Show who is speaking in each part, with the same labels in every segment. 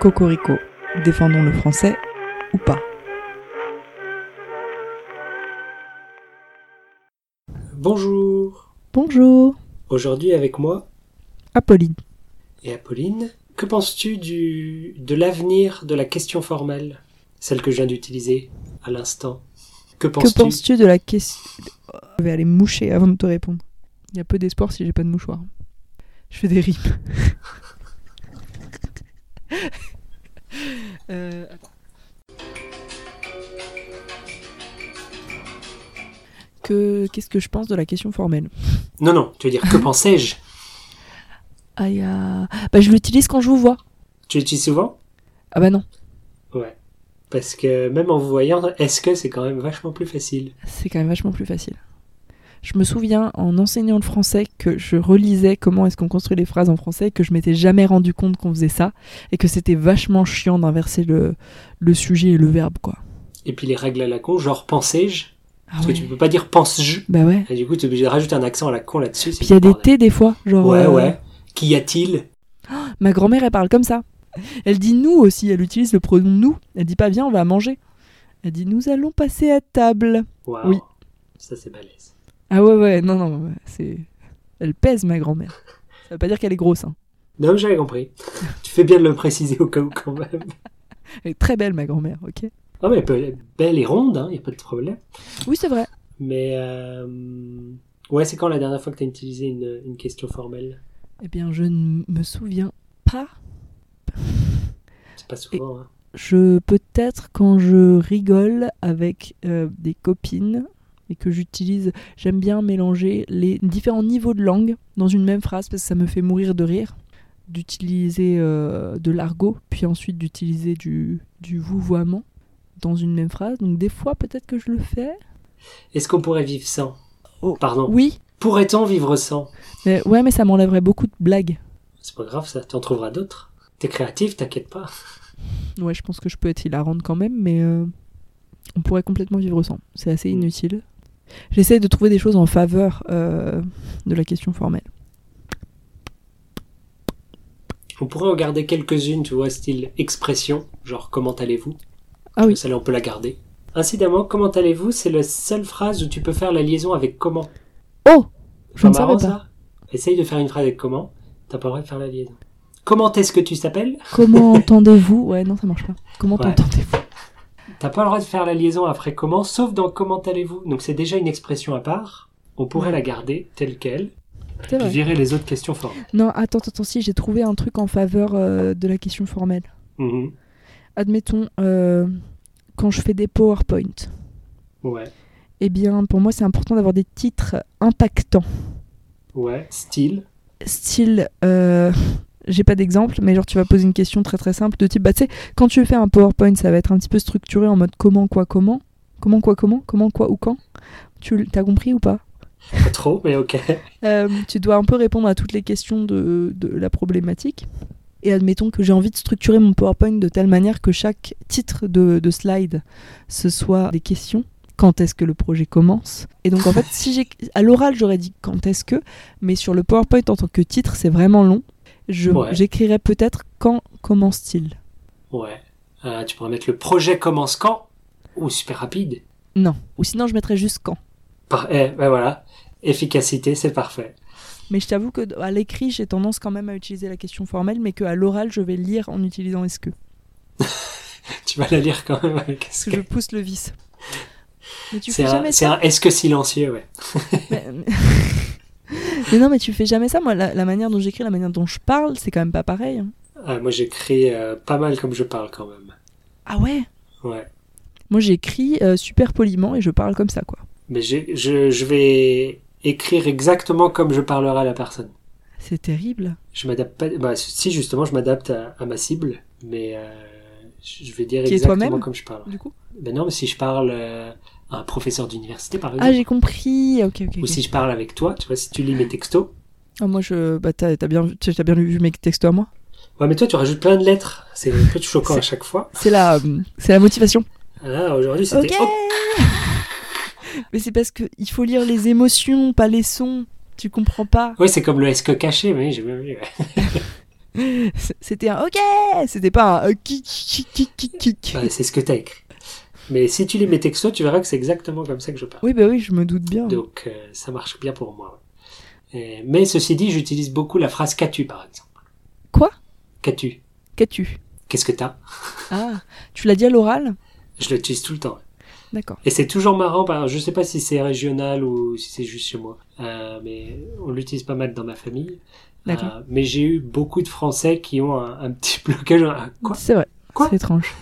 Speaker 1: Cocorico, défendons le français ou pas.
Speaker 2: Bonjour
Speaker 1: Bonjour,
Speaker 2: Aujourd'hui avec moi
Speaker 1: Apolline.
Speaker 2: et Apolline, que penses-tu du de l'avenir de la question formelle Celle que je viens d'utiliser à l'instant. Que
Speaker 1: Que
Speaker 2: penses-tu
Speaker 1: penses-tu de la question Je vais aller me moucher avant de te répondre. Il y a peu d'espoir si j'ai pas de mouchoir. Je fais des rimes. Euh, attends. Que qu'est-ce que je pense de la question formelle
Speaker 2: Non, non, tu veux dire que pensais-je
Speaker 1: Aïe, ah, bah je l'utilise quand je vous vois.
Speaker 2: Tu l'utilises souvent
Speaker 1: Ah bah non,
Speaker 2: Ouais. Parce que même en vous voyant, est-ce que c'est quand même vachement plus facile
Speaker 1: c'est quand même vachement plus facile. Je me souviens en enseignant le français que je relisais comment est-ce qu'on construit les phrases en français et que je m'étais jamais rendu compte qu'on faisait ça et que c'était vachement chiant d'inverser le, le sujet et le verbe quoi.
Speaker 2: Et puis les règles à la con, genre pensais-je
Speaker 1: Ah
Speaker 2: Parce
Speaker 1: ouais.
Speaker 2: que tu peux pas dire pense-je.
Speaker 1: Bah ouais.
Speaker 2: Et du coup, tu es obligé de rajouter un accent à la con là-dessus. c'est
Speaker 1: Puis il y a
Speaker 2: le
Speaker 1: des
Speaker 2: bordel.
Speaker 1: T des fois, genre
Speaker 2: Ouais,
Speaker 1: euh,
Speaker 2: ouais. Qu'y a-t-il
Speaker 1: ma grand-mère elle parle comme ça. Elle dit nous aussi, elle utilise le pronom nous, elle dit pas viens on va manger. Elle dit nous allons passer à table.
Speaker 2: Waouh.
Speaker 1: Oui.
Speaker 2: Ça, c'est balèze.
Speaker 1: Ah ouais ouais, non non, ouais, c'est elle pèse ma grand-mère. Ça veut pas dire qu'elle est grosse hein.
Speaker 2: Non, j'avais compris. tu fais bien de le préciser au cas où quand même.
Speaker 1: Elle est très belle ma grand-mère, OK
Speaker 2: Non, mais elle peut être belle et ronde, il n'y a pas de problème.
Speaker 1: Oui, c'est vrai.
Speaker 2: Mais euh, ouais, c'est quand la dernière fois que tu as utilisé une, une question formelle
Speaker 1: Eh bien, je ne me souviens pas.
Speaker 2: C'est pas souvent. hein.
Speaker 1: Je peut-être quand je rigole avec euh, des copines et que j'utilise, j'aime bien mélanger les différents niveaux de langue dans une même phrase parce que ça me fait mourir de rire d'utiliser euh, de l'argot puis ensuite d'utiliser du du vouvoiement dans une même phrase. Donc des fois peut-être que je le fais.
Speaker 2: Est-ce qu'on pourrait vivre sans
Speaker 1: Oh.
Speaker 2: Pardon.
Speaker 1: Oui,
Speaker 2: Pourrait-on vivre sans
Speaker 1: mais ouais, mais ça m'enlèverait beaucoup de blagues.
Speaker 2: C'est pas grave, ça, tu en trouveras d'autres. T'es créatif, t'inquiète pas.
Speaker 1: Ouais, je pense que je peux être hilarante quand même, mais euh, on pourrait complètement vivre sans. C'est assez inutile. J'essaie de trouver des choses en faveur euh, de la question formelle.
Speaker 2: On pourrait en garder quelques-unes, tu vois, style expression, genre comment allez-vous
Speaker 1: Ah oui.
Speaker 2: Celle-là, on peut la garder. Incidemment, comment allez-vous C'est la seule phrase où tu peux faire la liaison avec comment.
Speaker 1: Oh Je
Speaker 2: Pas
Speaker 1: ne savais pas.
Speaker 2: ça Essaye de faire une phrase avec comment, t'as pas le droit de faire la liaison. Comment est-ce que tu t'appelles
Speaker 1: Comment entendez-vous Ouais, non, ça marche pas. Comment
Speaker 2: Ouais.
Speaker 1: t'entendez-vous
Speaker 2: T'as pas le droit de faire la liaison après comment, sauf dans comment allez-vous. Donc c'est déjà une expression à part. On pourrait
Speaker 1: Ouais.
Speaker 2: la garder telle quelle,
Speaker 1: C'est
Speaker 2: puis
Speaker 1: vrai.
Speaker 2: virer les autres questions fortes.
Speaker 1: Non, attends, attends, si, j'ai trouvé un truc en faveur euh, de la question formelle.
Speaker 2: Mhm.
Speaker 1: Admettons, euh, quand je fais des PowerPoint,
Speaker 2: Ouais,
Speaker 1: eh bien, pour moi, c'est important d'avoir des titres impactants.
Speaker 2: ouais, style.
Speaker 1: style. euh, j'ai pas d'exemple, mais genre tu vas poser une question très très simple de type bah tu sais, quand tu fais un PowerPoint, ça va être un petit peu structuré en mode comment, quoi, comment, comment, quoi, comment, comment, quoi ou quand. Tu l- t'as compris ou pas
Speaker 2: Pas trop, mais ok.
Speaker 1: Euh, Tu dois un peu répondre à toutes les questions de, de la problématique. Et admettons que j'ai envie de structurer mon PowerPoint de telle manière que chaque titre de, de slide, ce soit des questions. Quand est-ce que le projet commence Et donc en fait, si j'ai à l'oral j'aurais dit quand est-ce que, mais sur le PowerPoint en tant que titre, c'est vraiment long. Je-
Speaker 2: Ouais.
Speaker 1: J'écrirais peut-être quand commence-t-il
Speaker 2: Ouais. Euh, tu pourrais mettre le projet commence quand Ou super rapide.
Speaker 1: Non. Ou sinon je mettrais juste quand.
Speaker 2: Par... Eh, ben voilà. Efficacité, c'est parfait.
Speaker 1: Mais je t'avoue que d- à l'écrit, j'ai tendance quand même à utiliser la question formelle, mais qu'à l'oral, je vais lire en utilisant est-ce que.
Speaker 2: Tu vas la lire quand même avec
Speaker 1: Parce
Speaker 2: est-ce
Speaker 1: que
Speaker 2: que.
Speaker 1: je pousse le vice. Mais tu
Speaker 2: C'est
Speaker 1: fais
Speaker 2: un,
Speaker 1: jamais
Speaker 2: c'est
Speaker 1: ça.
Speaker 2: un est-ce que silencieux, ouais.
Speaker 1: Mais, mais non, mais tu fais jamais ça. Moi, la, la manière dont j'écris, la manière dont je parle, c'est quand même pas pareil. hein.
Speaker 2: Ah, moi j'écris euh, pas mal comme je parle quand même.
Speaker 1: Ah ouais
Speaker 2: Ouais.
Speaker 1: Moi, j'écris euh, super poliment et je parle comme ça, quoi.
Speaker 2: Mais j'ai- je, je vais écrire exactement comme je parlerai à la personne.
Speaker 1: C'est terrible.
Speaker 2: Je m'adapte pas. Bah, si, justement, je m'adapte à, à ma cible, mais euh, je vais dire
Speaker 1: Qui est
Speaker 2: exactement
Speaker 1: toi-même
Speaker 2: comme je parle.
Speaker 1: Du coup
Speaker 2: Ben non, mais si je parle euh, à un professeur d'université, par exemple,
Speaker 1: Ah, j'ai compris. Ok, ok.
Speaker 2: ou
Speaker 1: ok.
Speaker 2: si je parle avec toi, tu vois, si tu lis mes textos.
Speaker 1: Ah, moi, je... bah, t'as t'as bien, vu- t'as bien vu mes textes à moi.
Speaker 2: Ouais, mais toi, tu rajoutes plein de lettres. C'est un peu choquant à chaque fois.
Speaker 1: C'est la, euh, c'est la motivation.
Speaker 2: Ah, aujourd'hui, c'était.
Speaker 1: Ok. Mais c'est parce que il faut lire les émotions, pas les sons. Tu comprends pas.
Speaker 2: Oui, c'est comme le est-ce que caché, mais j'ai bien vu. ouais.
Speaker 1: C'était un ok, c'était pas un euh, kick, kick, kick, kick, kick.
Speaker 2: Bah, c'est ce que t'as écrit. Mais si tu lis mes textos, tu verras que c'est exactement comme ça que je parle.
Speaker 1: Oui, bah oui, je me doute bien.
Speaker 2: Donc euh, ça marche bien pour moi. Et- mais ceci dit, j'utilise beaucoup la phrase qu'as-tu par exemple.
Speaker 1: Quoi
Speaker 2: Qu'as-tu
Speaker 1: Qu'as-tu
Speaker 2: Qu'est-ce que t'as
Speaker 1: Ah, tu l'as dit à l'oral
Speaker 2: Je l'utilise tout le temps.
Speaker 1: D'accord.
Speaker 2: Et c'est toujours marrant, par- je sais pas si c'est régional ou si c'est juste chez moi, euh, mais on l'utilise pas mal dans ma famille.
Speaker 1: D'accord.
Speaker 2: Euh, mais j'ai eu beaucoup de Français qui ont un, un petit blocage. un- Quoi
Speaker 1: C'est vrai.
Speaker 2: Quoi
Speaker 1: C'est étrange.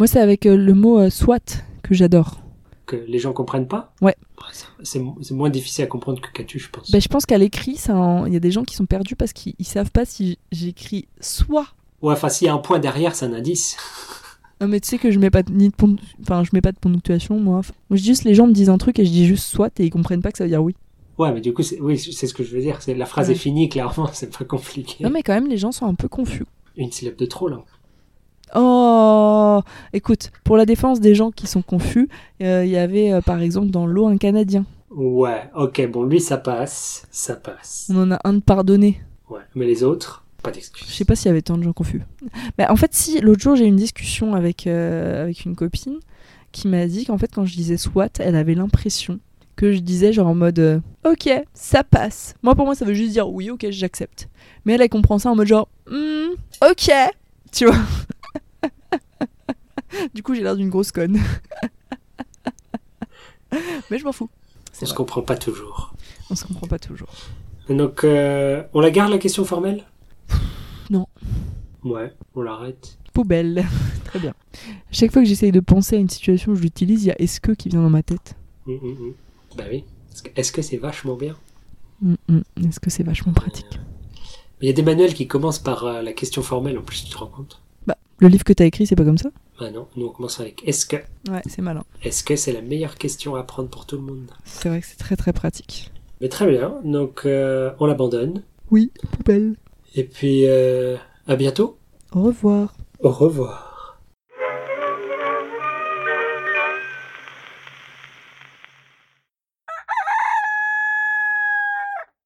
Speaker 1: Moi, c'est avec euh, le mot euh, soit que j'adore.
Speaker 2: Que les gens comprennent pas
Speaker 1: Ouais.
Speaker 2: c'est- C'est c'est moins difficile à comprendre que qu'as-tu, je pense.
Speaker 1: Bah, je pense qu'à l'écrit, ça en- il y a des gens qui sont perdus parce qu'ils ils savent pas si j'écris soit.
Speaker 2: Ouais, enfin, s'il y a un point derrière, c'est un indice.
Speaker 1: Non, mais tu sais que je mets pas de, ni de pon- enfin, je mets pas de ponctuation, moi. Enfin, moi, je dis juste les gens me disent un truc et je dis juste soit et ils comprennent pas que ça veut dire oui.
Speaker 2: Ouais, mais du coup, c'est- oui, c'est ce que je veux dire. c'est La phrase
Speaker 1: Ouais.
Speaker 2: est finie, clairement, c'est pas compliqué.
Speaker 1: Non, mais quand même, les gens sont un peu confus.
Speaker 2: Une syllabe de trop, là.
Speaker 1: Oh Écoute, pour la défense des gens qui sont confus, euh, il y avait euh, par exemple dans l'eau un Canadien.
Speaker 2: Ouais, ok, bon, lui, ça passe, ça passe.
Speaker 1: On en a un de pardonné.
Speaker 2: Ouais, mais les autres, pas
Speaker 1: Mm. Je
Speaker 2: d'excuses.
Speaker 1: sais pas s'il y avait tant de gens confus. Bah, en fait, si, l'autre jour, j'ai eu une discussion avec, euh, avec une copine qui m'a dit qu'en fait, quand je disais soit, elle avait l'impression que je disais genre en mode euh, ok, ça passe. Moi, pour moi, ça veut juste dire oui, ok, j'accepte. Mais elle, elle comprend ça en mode genre Hmm, ok, tu vois. du coup, j'ai l'air d'une grosse conne. Mais je m'en fous. C'est
Speaker 2: On se
Speaker 1: vrai.
Speaker 2: comprend pas toujours.
Speaker 1: On se comprend pas toujours.
Speaker 2: Donc, euh, on la garde la question formelle
Speaker 1: Non.
Speaker 2: Ouais, on l'arrête.
Speaker 1: Poubelle. Très bien. Chaque fois que j'essaye de penser à une situation où je l'utilise, il y a est-ce que qui vient dans ma tête.
Speaker 2: Hum, hum, hum. Bah oui. Parce que- Est-ce que c'est vachement bien
Speaker 1: Mm, mm. Est-ce que c'est vachement pratique
Speaker 2: Il y a des manuels qui commencent par euh, la question formelle, en plus, tu te rends compte
Speaker 1: Le livre que t'as écrit, c'est pas comme ça
Speaker 2: Bah non, nous on commence avec est-ce que.
Speaker 1: Ouais, c'est malin.
Speaker 2: Est-ce que c'est la meilleure question à prendre pour tout le monde
Speaker 1: C'est vrai que c'est très très pratique.
Speaker 2: Mais très bien, donc euh, on l'abandonne.
Speaker 1: Oui, poubelle.
Speaker 2: Et puis, euh, à bientôt.
Speaker 1: Au revoir.
Speaker 2: Au revoir.